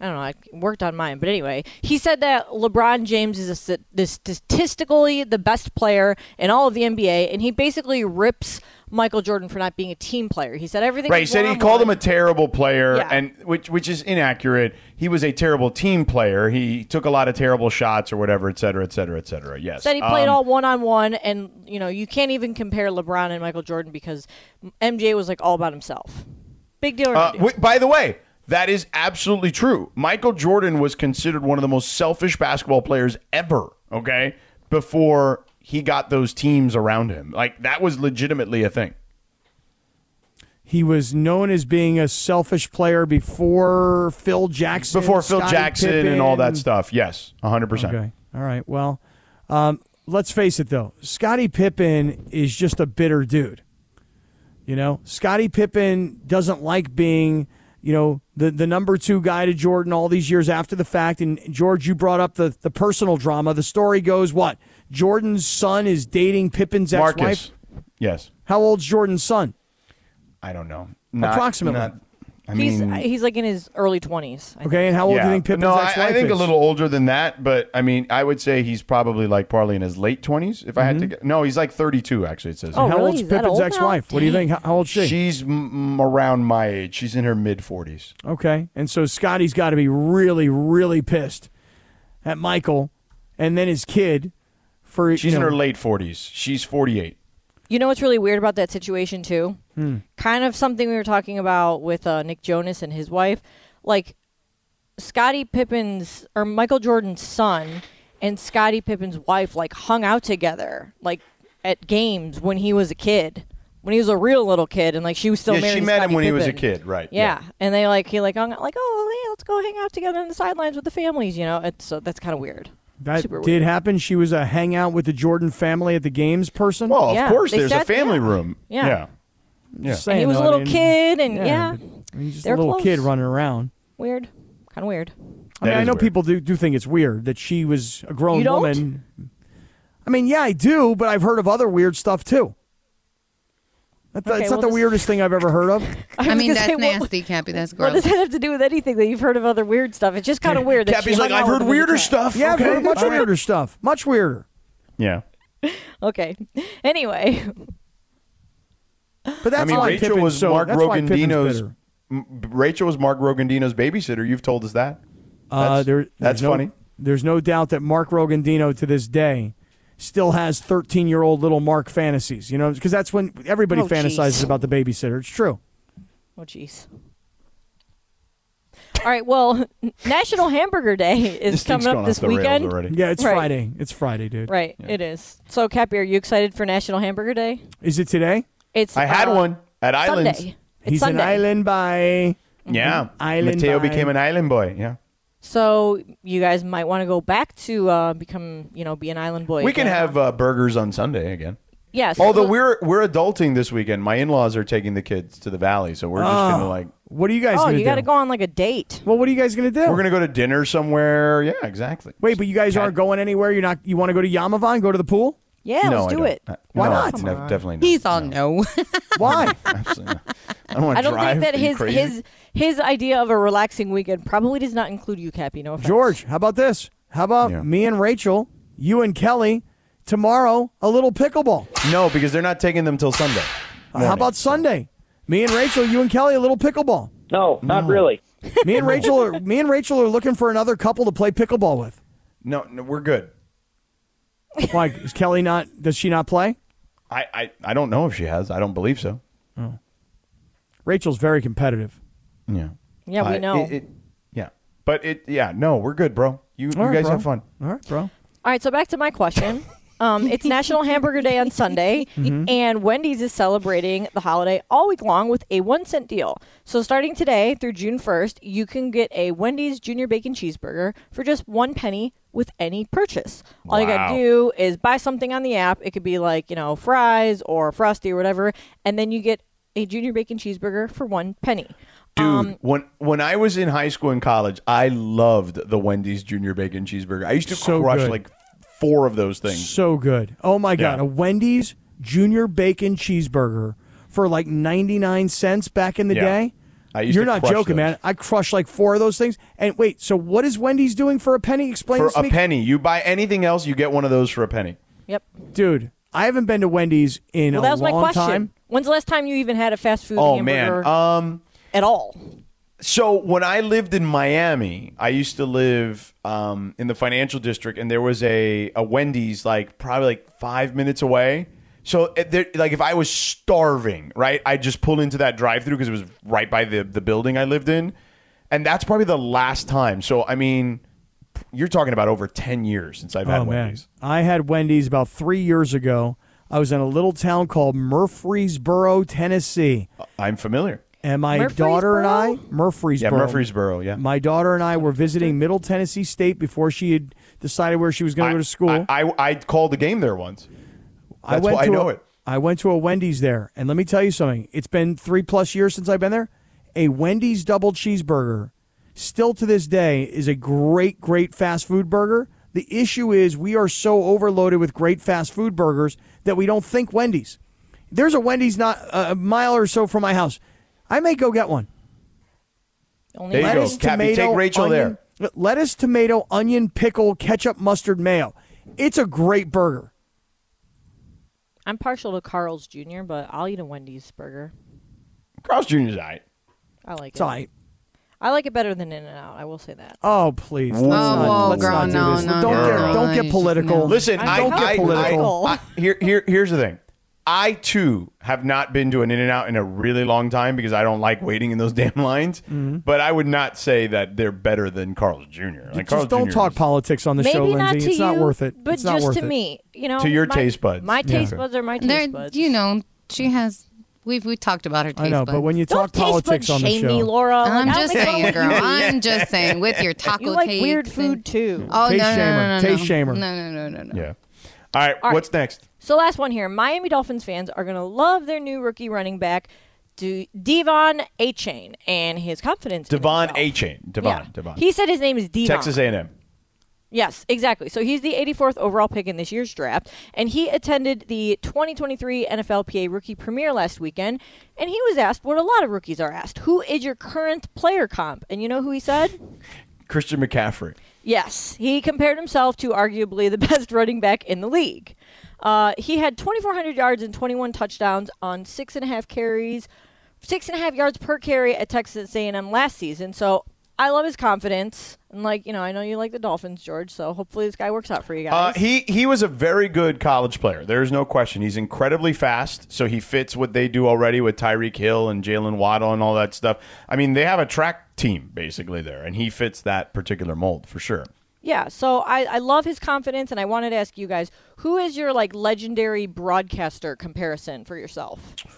I don't know. I worked on mine, but anyway, he said that LeBron James is a, st- the statistically the best player in all of the NBA, and he basically rips Michael Jordan for not being a team player. He said everything. Right, he was said he one-on-one. called him a terrible player, Yeah. and which which is inaccurate. He was a terrible team player. He took a lot of terrible shots or whatever, et cetera, et cetera, et cetera. Yes, Said he played Um, all one on one, and you know you can't even compare LeBron and Michael Jordan because MJ was like all about himself. Big deal. Or no Uh, deal? wh- by the way, that is absolutely true. Michael Jordan was considered one of the most selfish basketball players ever, okay? Before he got those teams around him. Like, that was legitimately a thing. He was known as being a selfish player before Phil Jackson. Before Phil Scottie Jackson and all that Pippen. stuff. Yes, 100%. Okay. All right. Well, um, let's face it though. Scottie Pippen is just a bitter dude. You know, Scottie Pippen doesn't like being, you know, the, the number two guy to Jordan all these years after the fact. And George, you brought up the, the personal drama. The story goes what? Jordan's son is dating Pippen's ex Marcus. wife. Yes. How old's Jordan's son? I don't know. Approximately. I he's mean, he's like in his early twenties. Okay, and how old do Yeah. you think Pippen's No, I, ex-wife I think a is? little older than that, but I mean, I would say he's probably like probably in his late 20s. If I had Mm-hmm. to get, no, he's like 32, actually, it says. Oh, And how old's Pippen's ex-wife? What do you think? How, how old's she? She's m- m- around my age. She's in her mid 40s. Okay. And so Scotty's got to be really, really pissed at Michael and then his kid for you She's in know- her late 40s. She's 48. You know what's really weird about that situation too? Hmm. Kind of something we were talking about with uh, Nick Jonas and his wife. Like Scottie Pippen's or Michael Jordan's son and Scottie Pippen's wife like hung out together like at games when he was a kid. When he was a real little kid and like she was still yeah, married she to met him Scottie when he was a Pippen. kid, right? Yeah. and they like he like hung out like oh yeah, let's go hang out together on the sidelines with the families, you know. It's so that's kind of weird. That Super did weird. happen. She was a hangout with the Jordan family at the games person. Well, Yeah, course they there's a sat- family yeah. room. Yeah. Yeah. Yeah. And he was a little kid and yeah, he's just they're a little close. kid running around. Weird. Kind of weird. I mean, I know people do, do think it's weird that she was a grown You don't? woman. I mean, yeah, I do, but I've heard of other weird stuff too. That, Okay, it's not well, the this- weirdest thing I've ever heard of. [laughs] I was I mean, gonna that's say, what- nasty, Cappy. [laughs] That's What does gross. that have to do with anything that you've heard of other weird stuff? It's just kind of weird. That she hung out with him as a kid. Yeah, I've heard much weirder stuff. Much weirder. Yeah. Okay. Anyway, [laughs] But that's I mean, why Rachel Pippen- was so Mark that's why Pippen's Rogandino's. bitter. M- Rachel was Mark Rogandino's babysitter. You've told us that. Uh, That's- there- there's that's no- funny. There's no doubt that Mark Rogandino to this day still has 13 year old little Mark fantasies. You know, because that's when everybody Oh, fantasizes jeez. about the babysitter. It's true. oh jeez. All right. Well, [laughs] National Hamburger [laughs] Day is coming up this weekend. Yeah, it's Right. Friday. It's Friday, dude. Right. It is. So, Cappy, are you excited for National Hamburger Day? Is it today? It's. I had uh, one at Islands. Sunday. Mm-hmm. It's He's Sunday. an island by. Yeah. Island Mateo by- became an island boy. Yeah. So you guys might want to go back to uh, become, you know, be an island boy. we can again. have uh, burgers on Sunday again. Yes. Although Well- we're we're adulting this weekend. My in-laws are taking the kids to the valley, so we're just gonna Oh. like What are you guys oh, going to you do? got to go on like a date. well, what are you guys going to do? we're gonna go to dinner somewhere. Yeah, exactly. Wait, but you guys aren't going anywhere. You're not. You want to go to Yamavan? Go to the pool? Yeah, no, I don't. Uh, I- Why no, not? it's nev- definitely not. He's all no. [laughs] Why? I don't want I to don't drive. think that Are you his crazy? his his idea of a relaxing weekend probably does not include you, Cappy. No offense. George, how about this? How about me and Rachel, you and Kelly, tomorrow a little pickleball. No, because they're not taking them till Sunday. Uh, how about Sunday? Me and Rachel, you and Kelly, a little pickleball. No, not really. Me and Rachel are me and Rachel are looking for another couple to play pickleball with. No, no, we're good. Why is Kelly not? Does she not play? I, I I don't know if she has. I don't believe so. Rachel's very competitive. Yeah. Yeah, we Uh, know. it- it- yeah, but it. Yeah, no, we're good, bro. You All you right, guys bro. have fun. All right, bro. All right, so back to my [laughs] question. Um, it's National Hamburger Day on Sunday, Mm-hmm. Mhm. and Wendy's is celebrating the holiday all week long with a one cent deal. So, starting today through June 1st, you can get a Wendy's Junior Bacon Cheeseburger for just one penny with any purchase. All you got Wow. to do is buy something on the app. It could be like, you know, fries or frosty or whatever, and then you get a junior bacon cheeseburger for one penny. Dude, when when I was in high school and college, I loved the Wendy's junior bacon cheeseburger. I used to So crush good. like four of those things. So good. Oh my god, Yeah. a Wendy's junior bacon cheeseburger for like 99 cents back in the Yeah. day. I used You're to not crush joking, those. man. I crushed like four of those things. And wait, so what is Wendy's doing for a penny? Explain for this to a me. penny, you buy anything else, you get one of those for a penny. Yep. Dude, I haven't been to Wendy's in Well, a that was my long question. time. Uh, When's the last time you even had a fast food Oh hamburger man, um, at all? So when I lived in Miami, I used to live um, in the financial district, and there was a a Wendy's like probably like five minutes away. So it, there, like if I was starving, right, I'd just pull into that drive through because it was right by the the building I lived in, and that's probably the last time. So I mean, you're talking about over ten years since I've had oh, man. Wendy's. I had Wendy's about three years ago. I was in a little town called Murfreesboro, Tennessee. I'm familiar. And my daughter and I, Yeah, Murfreesboro. Murfreesboro. Yeah. My daughter and I were visiting Middle Tennessee State before she had decided where she was going to go to school. I, I called the game there once. I That's went why I to know a- it. I went to a Wendy's there, and let me tell you something. It's been three plus years since I've been there. A Wendy's double cheeseburger, still to this day, is a great, great fast food burger. The issue is we are so overloaded with great fast food burgers that we don't think Wendy's. There's a Wendy's not a a mile or so from my house. I may go get one. There you go. Cappy, take Rachel onion, there. Lettuce, tomato, onion, pickle, ketchup, mustard, mayo. It's a great burger. I'm partial to Carl's Jr., but I'll eat a Wendy's burger. Carl's Jr.'s all right. I like It's it. all right. I like it better than In and Out. I will say that. Oh please! Let's Ooh. not, Oh, let's girl, not do no, this. no, don't no, get no, don't no, get you political. Listen, I, don't I- get political. I- I- here, here, here's the thing. I too have not been to an In and Out in a really long time because I don't like waiting in those [laughs] damn lines. Mhm. But I would not say that they're better than Carl's Jr. Like Just Carl's don't Jr. talk politics on the Maybe show, not Lindsay. to it's not you, worth it. but It's not just worth to it. me, you know, To your my- taste buds. My Yeah. taste buds are my taste They're- buds. You know, she has. We've we talked about her taste I know, but buds. when you Don't talk taste buds politics on the shame show, me, Laura. Like, I'm I don't just like saying, what girl. you eat. [laughs] I'm just saying. With your taco You like cakes weird and- food too. Oh Taste no, no, shamer. no, no, no, Taste shamer. No, no, no, no, no. Yeah. All right. All right. what's next? So last one here. Miami Dolphins fans are going to love their new rookie running back, De- Devon A. Chain, and his confidence. in Devon himself. A Chain. Devon. Yeah. Devon. He said his name is Devon. Texas A&M. Yes, exactly. So he's the 84th overall pick in this year's draft, and he attended the 2023 NFLPA Rookie Premiere last weekend, and he was asked what a lot of rookies are asked: Who is your current player comp? And you know who he said? Christian McCaffrey. Yes, he compared himself to arguably the [laughs] best running back in the league. Uh, he had 2,400 yards and 21 touchdowns on six and a half carries, six and a half yards per carry at Texas A&M last season. So I love his confidence, and like you know, I know you like the Dolphins, George. So hopefully this guy works out for you Uh, guys. he he was a very good college player. There is no question. He's incredibly fast, so he fits what they do already with Tyreek Hill and Jalen Waddle and all that stuff. I mean, they have a track team basically there, and he fits that particular mold for sure. yeah, so I, I love his confidence, and I wanted to ask you guys, who is your like legendary broadcaster comparison for yourself?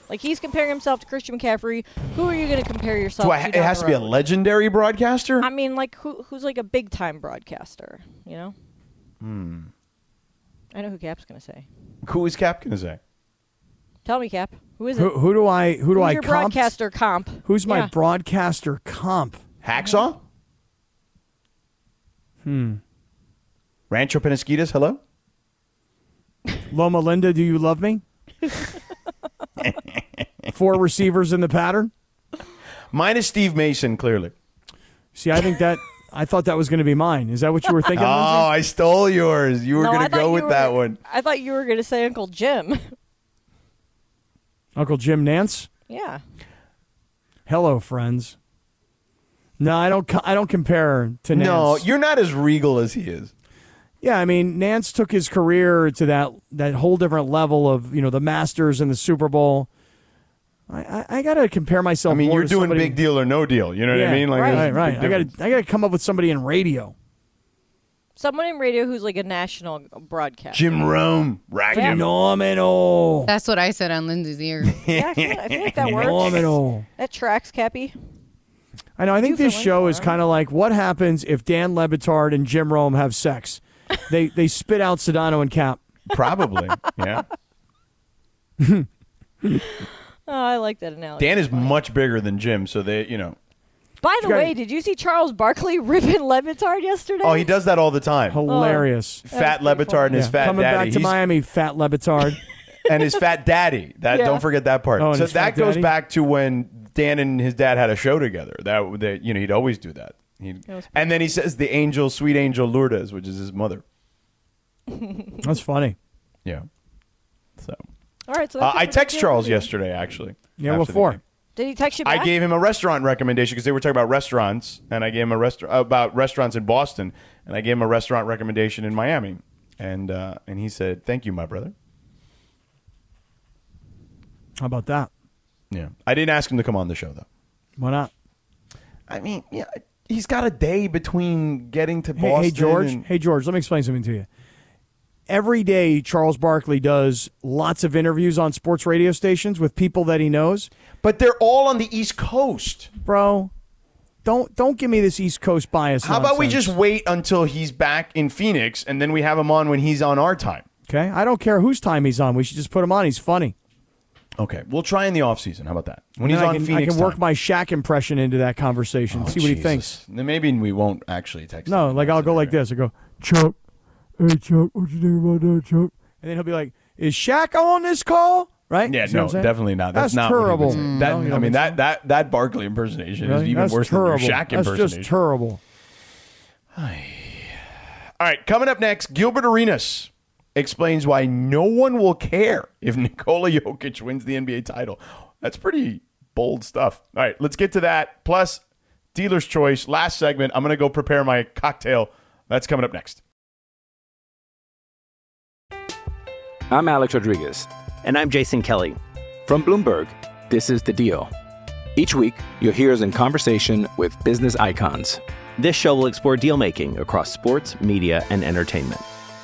Like he's comparing himself to Christian McCaffrey. Who are you going to compare yourself So to? I, it down has the to be a road? legendary broadcaster. I mean, like who who's like a big time broadcaster? You know, Hmm. I know who Cap's gonna say. Who is Cap gonna say? Tell me, Cap, who is it? Who, who do I who do who's I your comp? broadcaster comp? Who's my Yeah. broadcaster comp? Hacksaw. Hmm. Rancho Penasquitas. Hello. Loma Linda, do you [laughs] love me? Four receivers in the pattern. Mine is Steve Mason. Clearly. See, I think that I thought that was going to be mine. Is that what you were thinking? oh, Lindsay? I stole yours. You were No, I gonna thought go you with were that gonna- one. I thought you were gonna say Uncle Jim. Uncle Jim Nance. [laughs] yeah. Hello, friends. No, I don't. co- I don't compare to Nance. No, you're not as regal as he is. Yeah, I mean, Nance took his career to that that whole different level of you know the Masters and the Super Bowl. I I, I gotta compare myself. I mean, more you're to doing somebody- big deal or no deal. You know what Yeah, I mean? there's a right, big right. I gotta difference. I gotta come up with somebody in radio. Someone in radio who's like a national broadcaster. Jim Rome, ragged. Yeah. Phenomenal. That's what I said on Lindsay's ear. Yeah, I feel, I feel like [laughs] that works. Phenomenal. That tracks, Cappy. I know. I think this show is kind of like what happens if Dan Lebitard and Jim Rome have sex. they they spit out Sedano and Cap. Probably, [laughs] yeah. Oh, I like that analogy. Dan is much bigger than Jim, so they, you know. By the You guys- way, did you see Charles Barkley [laughs] ripping Levitard yesterday? Oh, he does that all the time. Hilarious. Oh, fat Levitard and his fat Coming daddy. back to He's- Miami, fat Levitard. [laughs] and his fat daddy. That [laughs] Yeah. don't forget that part. Oh, and so his fat that goes daddy? back to when Dan and his dad had a show together. That that you know he'd always do that. He'd- That was- and then he says the angel, sweet angel Lourdes, which is his mother. That's funny. Yeah. So, All right, so uh, that's it I for text Jim. Charles yesterday actually. Yeah, after what the for? game. Did he text you back? I gave him a restaurant recommendation because they were talking about restaurants, and I gave him a restaurant about restaurants in Boston, and I gave him a restaurant recommendation in Miami, and uh, and he said, "Thank you, my brother." How about that? Yeah, I didn't ask him to come on the show though. Why not? I mean, yeah, he's got a day between getting to Hey, Boston. hey George. and- Hey George, let me explain something to you. Every day, Charles Barkley does lots of interviews on sports radio stations with people that he knows, but they're all on the East Coast, bro. Don't don't give me this East Coast bias. how about we nonsense. just wait until he's back in Phoenix, and then we have him on when he's on our time? okay? I don't care whose time he's on. We should just put him on. He's funny. Okay, we'll try in the off season. How about that? When And he's then on I can, Phoenix, I can work time. Oh, my Shaq impression into that conversation. see what he thinks. Then maybe we won't actually text. No, like I'll go like this. I go, Chuck. Hey Chuck, what you think about that, Chuck? And then he'll be like, "Is Shaq on this call?" Right? Yeah, See what no, I'm saying? definitely not. That's, not what he would terrible. say. that, No, you I don't mean think that that that Barkley impersonation is Really? even That's worse terrible. than your Shaq That's impersonation. just terrible. All right, coming up next, Gilbert Arenas explains why no one will care if [laughs] Nikola Jokic wins the NBA title. That's pretty bold stuff. All right, let's get to that. Plus, dealer's choice. Last segment, I'm going to go prepare my cocktail. That's coming up next. I'm Alex Rodriguez. And I'm Jason Kelly. From Bloomberg, this is The Deal. Each week, you'll hear us in conversation with business icons. This show will explore deal making across sports, media, and entertainment.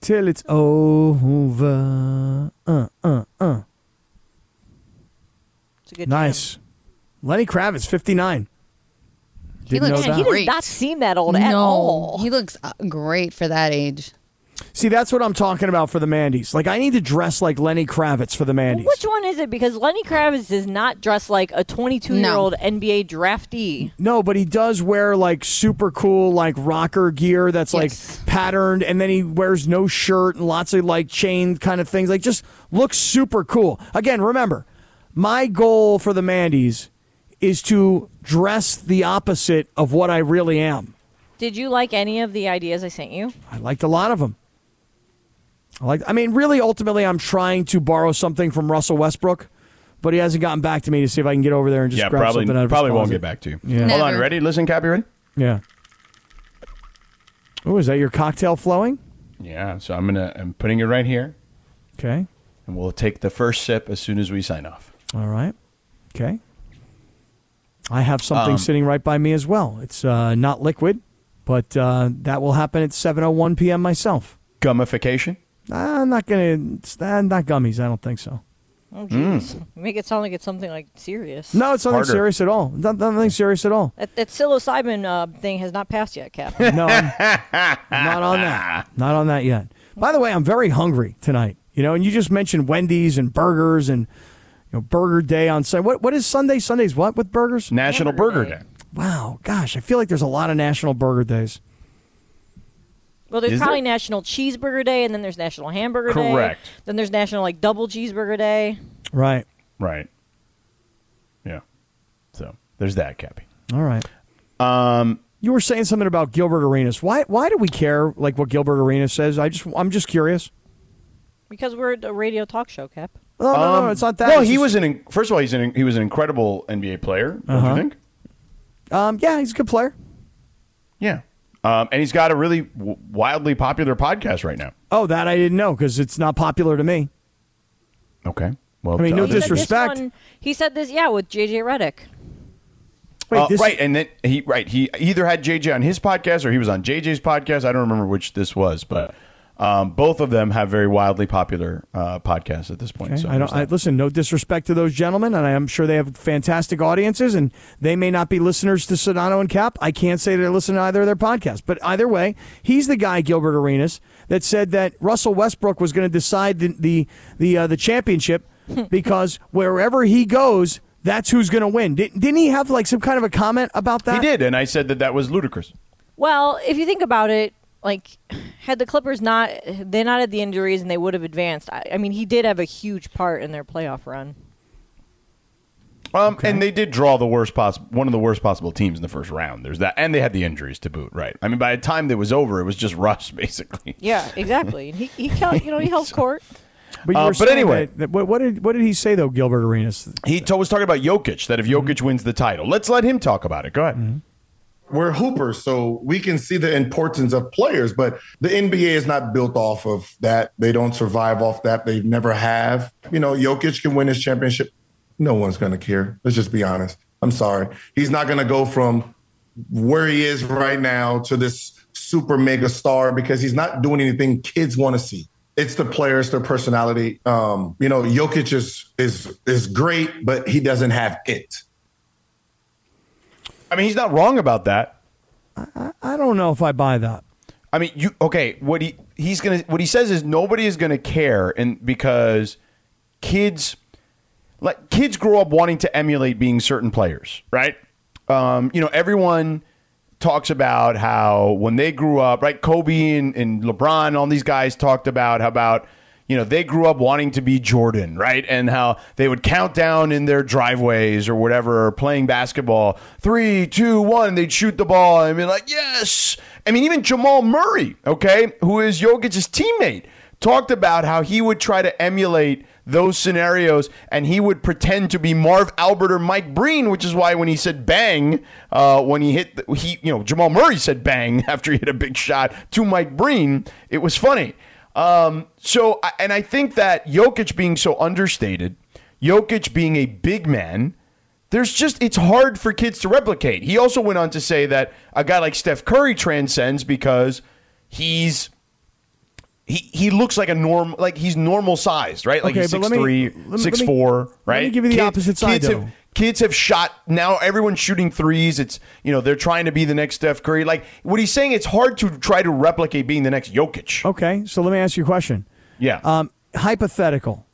Till it's over. Uh, uh, uh. nice. Lenny Kravitz, 59. He Didn't looks know that. great. not seem that old no, at all. He looks uh, great for that age. See, that's what I'm talking about for the Mandy's. Like, I need to dress like Lenny Kravitz for the Mandy's. Which one is it? Because Lenny Kravitz does not dress like a 22 year old NBA draftee. No, but he does wear like super cool like rocker gear that's like patterned and then he wears no shirt and lots of like chain kind of things. Like just looks super cool. Again, remember, my goal for the Mandy's is to dress the opposite of what I really am. Did you like any of the ideas I sent you? I liked a lot of them. I like I mean really ultimately I'm trying to borrow something from Russell Westbrook, but he hasn't gotten back to me to see if I can get over there and just yeah, grab probably something out of his probably won't closet. get back to you. Yeah. Hold on, Never. ready? Listen, copy, ready? Yeah. Oh, is that your cocktail flowing? Yeah. So I'm gonna I'm putting it right here, Okay. and we'll take the first sip as soon as we sign off. All right. Okay. I have something Um, sitting right by me as well. It's uh, not liquid, but uh, that will happen at 7:01 p.m. myself. Gummification. Ah, I'm not gonna. It's, ah, not gummies. I don't think so. Oh, jeez. Make it sound like it's something like serious. Hmm. No, it's nothing serious at all. Not, nothing serious at all. That, that psilocybin uh, thing has not passed yet, [laughs] Cap. No, I'm, I'm not on that. Not on that yet. By the way, I'm very hungry tonight. You know, and you just mentioned Wendy's and burgers and you know Burger Day on Sunday. What what is Sunday? Sunday's what with burgers? National Burger Day. Wow, gosh, I feel like there's a lot of National Burger Days. Well, there's Is probably National Cheeseburger Day, and then there's National Hamburger Day. Correct. Then there's National like Double Cheeseburger Day. Right. Right. Yeah. So there's that, Cappy. All right. Um, you were saying something about Gilbert Arenas. Why why do we care like what Gilbert Arenas says? I just I'm just curious. Because we're a radio talk show, Cap. No, no, no, it's not that. No, It's Um, he just- was an. in- First of all, he's an. He was an incredible NBA player. Don't Uh-huh. you think? Um, yeah, he's a good player. Yeah. Um, and he's got a really w- wildly popular podcast right now. Oh, that I didn't know because it's not popular to me. Okay. Well, I mean, to no others- This one- he said this, yeah, with JJ Redick. Uh, right, and then he right he either had JJ on his podcast or he was on JJ's podcast. I don't remember which this was, but um, both of them have very wildly popular uh, podcasts at this point. Okay, So I don't. I, listen, no disrespect to those gentlemen, and I am sure they have fantastic audiences, and they may not be listeners to Sedano and Cap. I can't say that I listen to either of their podcasts, but either way, he's the guy, Gilbert Arenas, that said that Russell Westbrook was going to decide the the the, uh, the championship because wherever he goes, that's who's going to win. Did, didn't he have like some kind of a comment about that? he did, and I said that that was ludicrous. Well, if you think about it, like had the Clippers not they not had the injuries and they would have advanced. I, I mean, he did have a huge part in their playoff run. Um, and they did draw the worst possible one of the worst possible teams in the first round. There's that, and they had the injuries to boot. Right. I mean, by the time that was over, it was just [laughs] rust basically. Yeah, exactly. And he he held, you know he [laughs] held court. But, you Uh, were but saying anyway. that- that- what, what did what did he say though, Gilbert Arenas? He t- was talking about Jokic that if Jokic wins the title, let's let him talk about it. Go ahead. We're hoopers, so we can see the importance of players, but the NBA is not built off of that. They don't survive off that. They never have. You know, Jokic can win his championship. No one's going to care. Let's just be honest. I'm sorry. He's not going to go from where he is right now to this super mega star because he's not doing anything kids want to see. It's the players, their personality. Um, you know, Jokic is is is great, but he doesn't have it. I mean, he's not wrong about that. I don't know if I buy that. I mean, you okay? What he he's gonna what he says is nobody is gonna care, and because kids like kids grow up wanting to emulate being certain players, right? Um, you know, everyone talks about how when they grew up, right? Kobe and, and LeBron, all these guys talked about how about you know they grew up wanting to be Jordan, right? And how they would count down in their driveways or whatever, playing basketball, three, two, one, and they'd shoot the ball and be like, yes. I mean, even Jamal Murray, okay, who is Jokic's teammate talked about how he would try to emulate those scenarios and he would pretend to be Marv Albert or Mike Breen, which is why when he said bang, uh, when he hit, the, he, you know, Jamal Murray said bang [laughs] after he hit a big shot to Mike Breen, it was funny. Um, so, I- and I think that Jokic being so understated, Jokic being a big man, there's just it's hard for kids to replicate. He also went on to say that a guy like Steph Curry transcends because he's he he looks like a norm like he's normal sized, right? Like Okay, he's but six let me- three, let me- six let me- four, right? let me give you the opposite side, Kids though. have, kids have shot now. Everyone's shooting threes. It's you know they're trying to be the next Steph Curry. Like what he's saying, it's hard to try to replicate being the next Jokic. Okay, so let me ask you a question. Yeah. Um, hypothetical,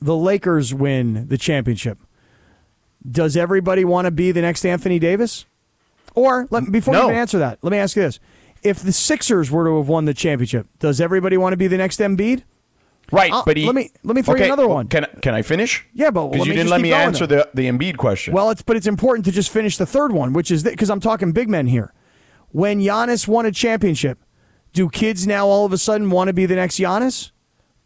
the Lakers win the championship. Does everybody want to be the next Anthony Davis? Or let, before No. you even answer that, let me ask you this: If the Sixers were to have won the championship, does everybody want to be the next Embiid? Right, I'll- but he, let me let me throw Okay, you another well, one. Can can I finish? Yeah, but because let you me didn't just let keep me going, answer though. the the Embiid question. Well, it's but it's important to just finish the third one, which is because I'm talking big men here. When Giannis won a championship, do kids now all of a sudden want to be the next Giannis?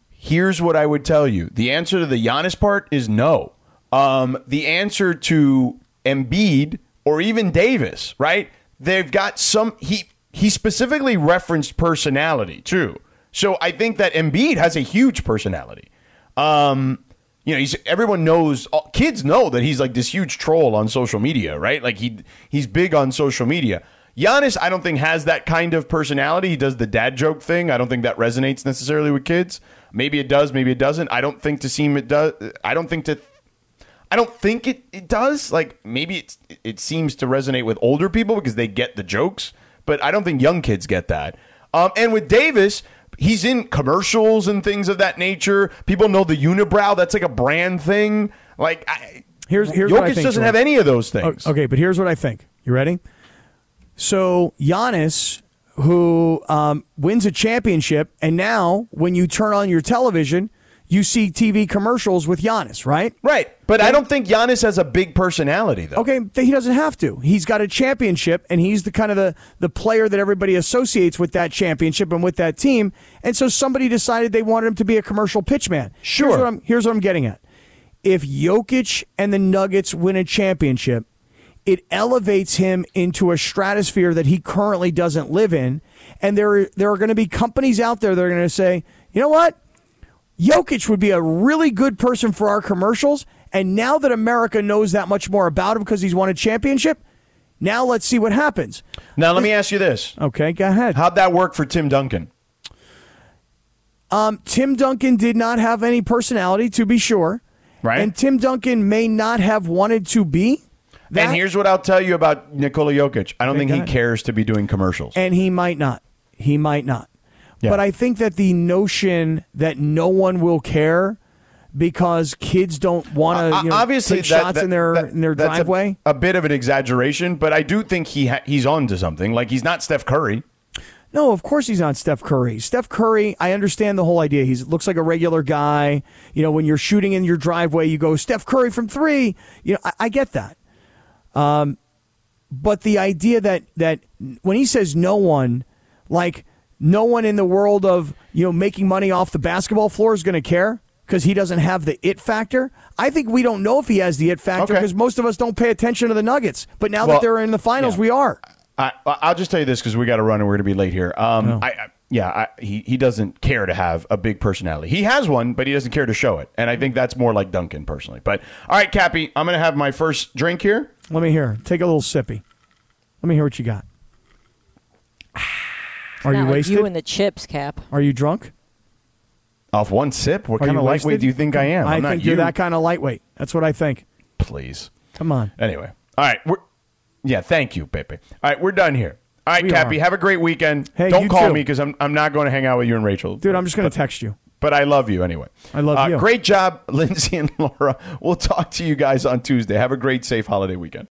Here's what I would tell you. The answer to the Giannis part is no. Um, the answer to Embiid or even Davis, right? They've got some. He he specifically referenced personality too. So I think that Embiid has a huge personality. Um, you know, he's everyone knows. all- Kids know that he's like this huge troll on social media, right? Like he he's big on social media. Giannis, I don't think has that kind of personality. He does the dad joke thing. I don't think that resonates necessarily with kids. Maybe it does, maybe it doesn't. I don't think to seem it does. I don't think to. I don't think it, it does. Like maybe it it seems to resonate with older people because they get the jokes, but I don't think young kids get that. Um, and with Davis, he's in commercials and things of that nature. People know the unibrow. That's like a brand thing. Like I, Here's here's Jokic what I think, doesn't Jordan. have any of those things. O- Okay, but here's what I think. You ready? So Giannis, who um, wins a championship, and now when you turn on your television, you see TV commercials with Giannis, right? Right. But I don't think Giannis has a big personality, though. Okay, th- he doesn't have to. He's got a championship, and he's the kind of the, the player that everybody associates with that championship and with that team. And so somebody decided they wanted him to be a commercial pitchman. Sure. Here's what I'm, here's what I'm getting at. If Jokic and the Nuggets win a championship, it elevates him into a stratosphere that he currently doesn't live in. And there, there are going to be companies out there that are going to say, you know what? Jokic would be a really good person for our commercials. And now that America knows that much more about him because he's won a championship, now let's see what happens. Now, let me ask you this. Okay, go ahead. How'd that work for Tim Duncan? Um, Tim Duncan did not have any personality, to be sure. Right. And Tim Duncan may not have wanted to be, and here's what I'll tell you about Nikola Jokic. I don't Okay, think go he ahead. cares to be doing commercials. and he might not. He might not. Yeah. But I think that the notion that no one will care because kids don't want to Uh, you know, obviously, take that- shots that- in their that- in their that's a- driveway. A, bit of an exaggeration, but I do think he ha- he's on to something. Like he's not Steph Curry. No, of course he's not Steph Curry. Steph Curry, I understand the whole idea. He looks like a regular guy. You know, when you're shooting in your driveway, you go Steph Curry from three. You know, I, I get that. Um, but the idea that that when he says no one, like no one in the world of you know making money off the basketball floor is going to care because he doesn't have the it factor. I think we don't know if he has the it factor because most of us don't pay attention to the Nuggets. But now Well, that they're in the finals, we are. I, I- I'll just tell you this because we got to run and we're going to be late here. Um, Oh. I, I, yeah, I, he, he doesn't care to have a big personality. He has one, but he doesn't care to show it. And I think that's more like Duncan personally. But all right, Cappy, I'm going to have my first drink here. Let me hear. Take a little sippy. Let me hear what you got. Not Are you like wasted? You and the chips, Cap. Are you drunk? Off one sip? What Are kind you of lightweight wasted? do you think I am? I'm I think not you're you. that kind of lightweight. That's what I think. Please. Come on. Anyway, all right. We're, yeah, thank you, Pepe. All right, we're done here. All right, We Cappy, are. have a great weekend. Hey, Don't you call too. me because I'm, I'm not going to hang out with you and Rachel. Dude, I'm just going to text you. But I love you anyway. I love Uh, [laughs] you. Great job, Lindsay and Laura. We'll talk to you guys on Tuesday. Have a great, safe holiday weekend.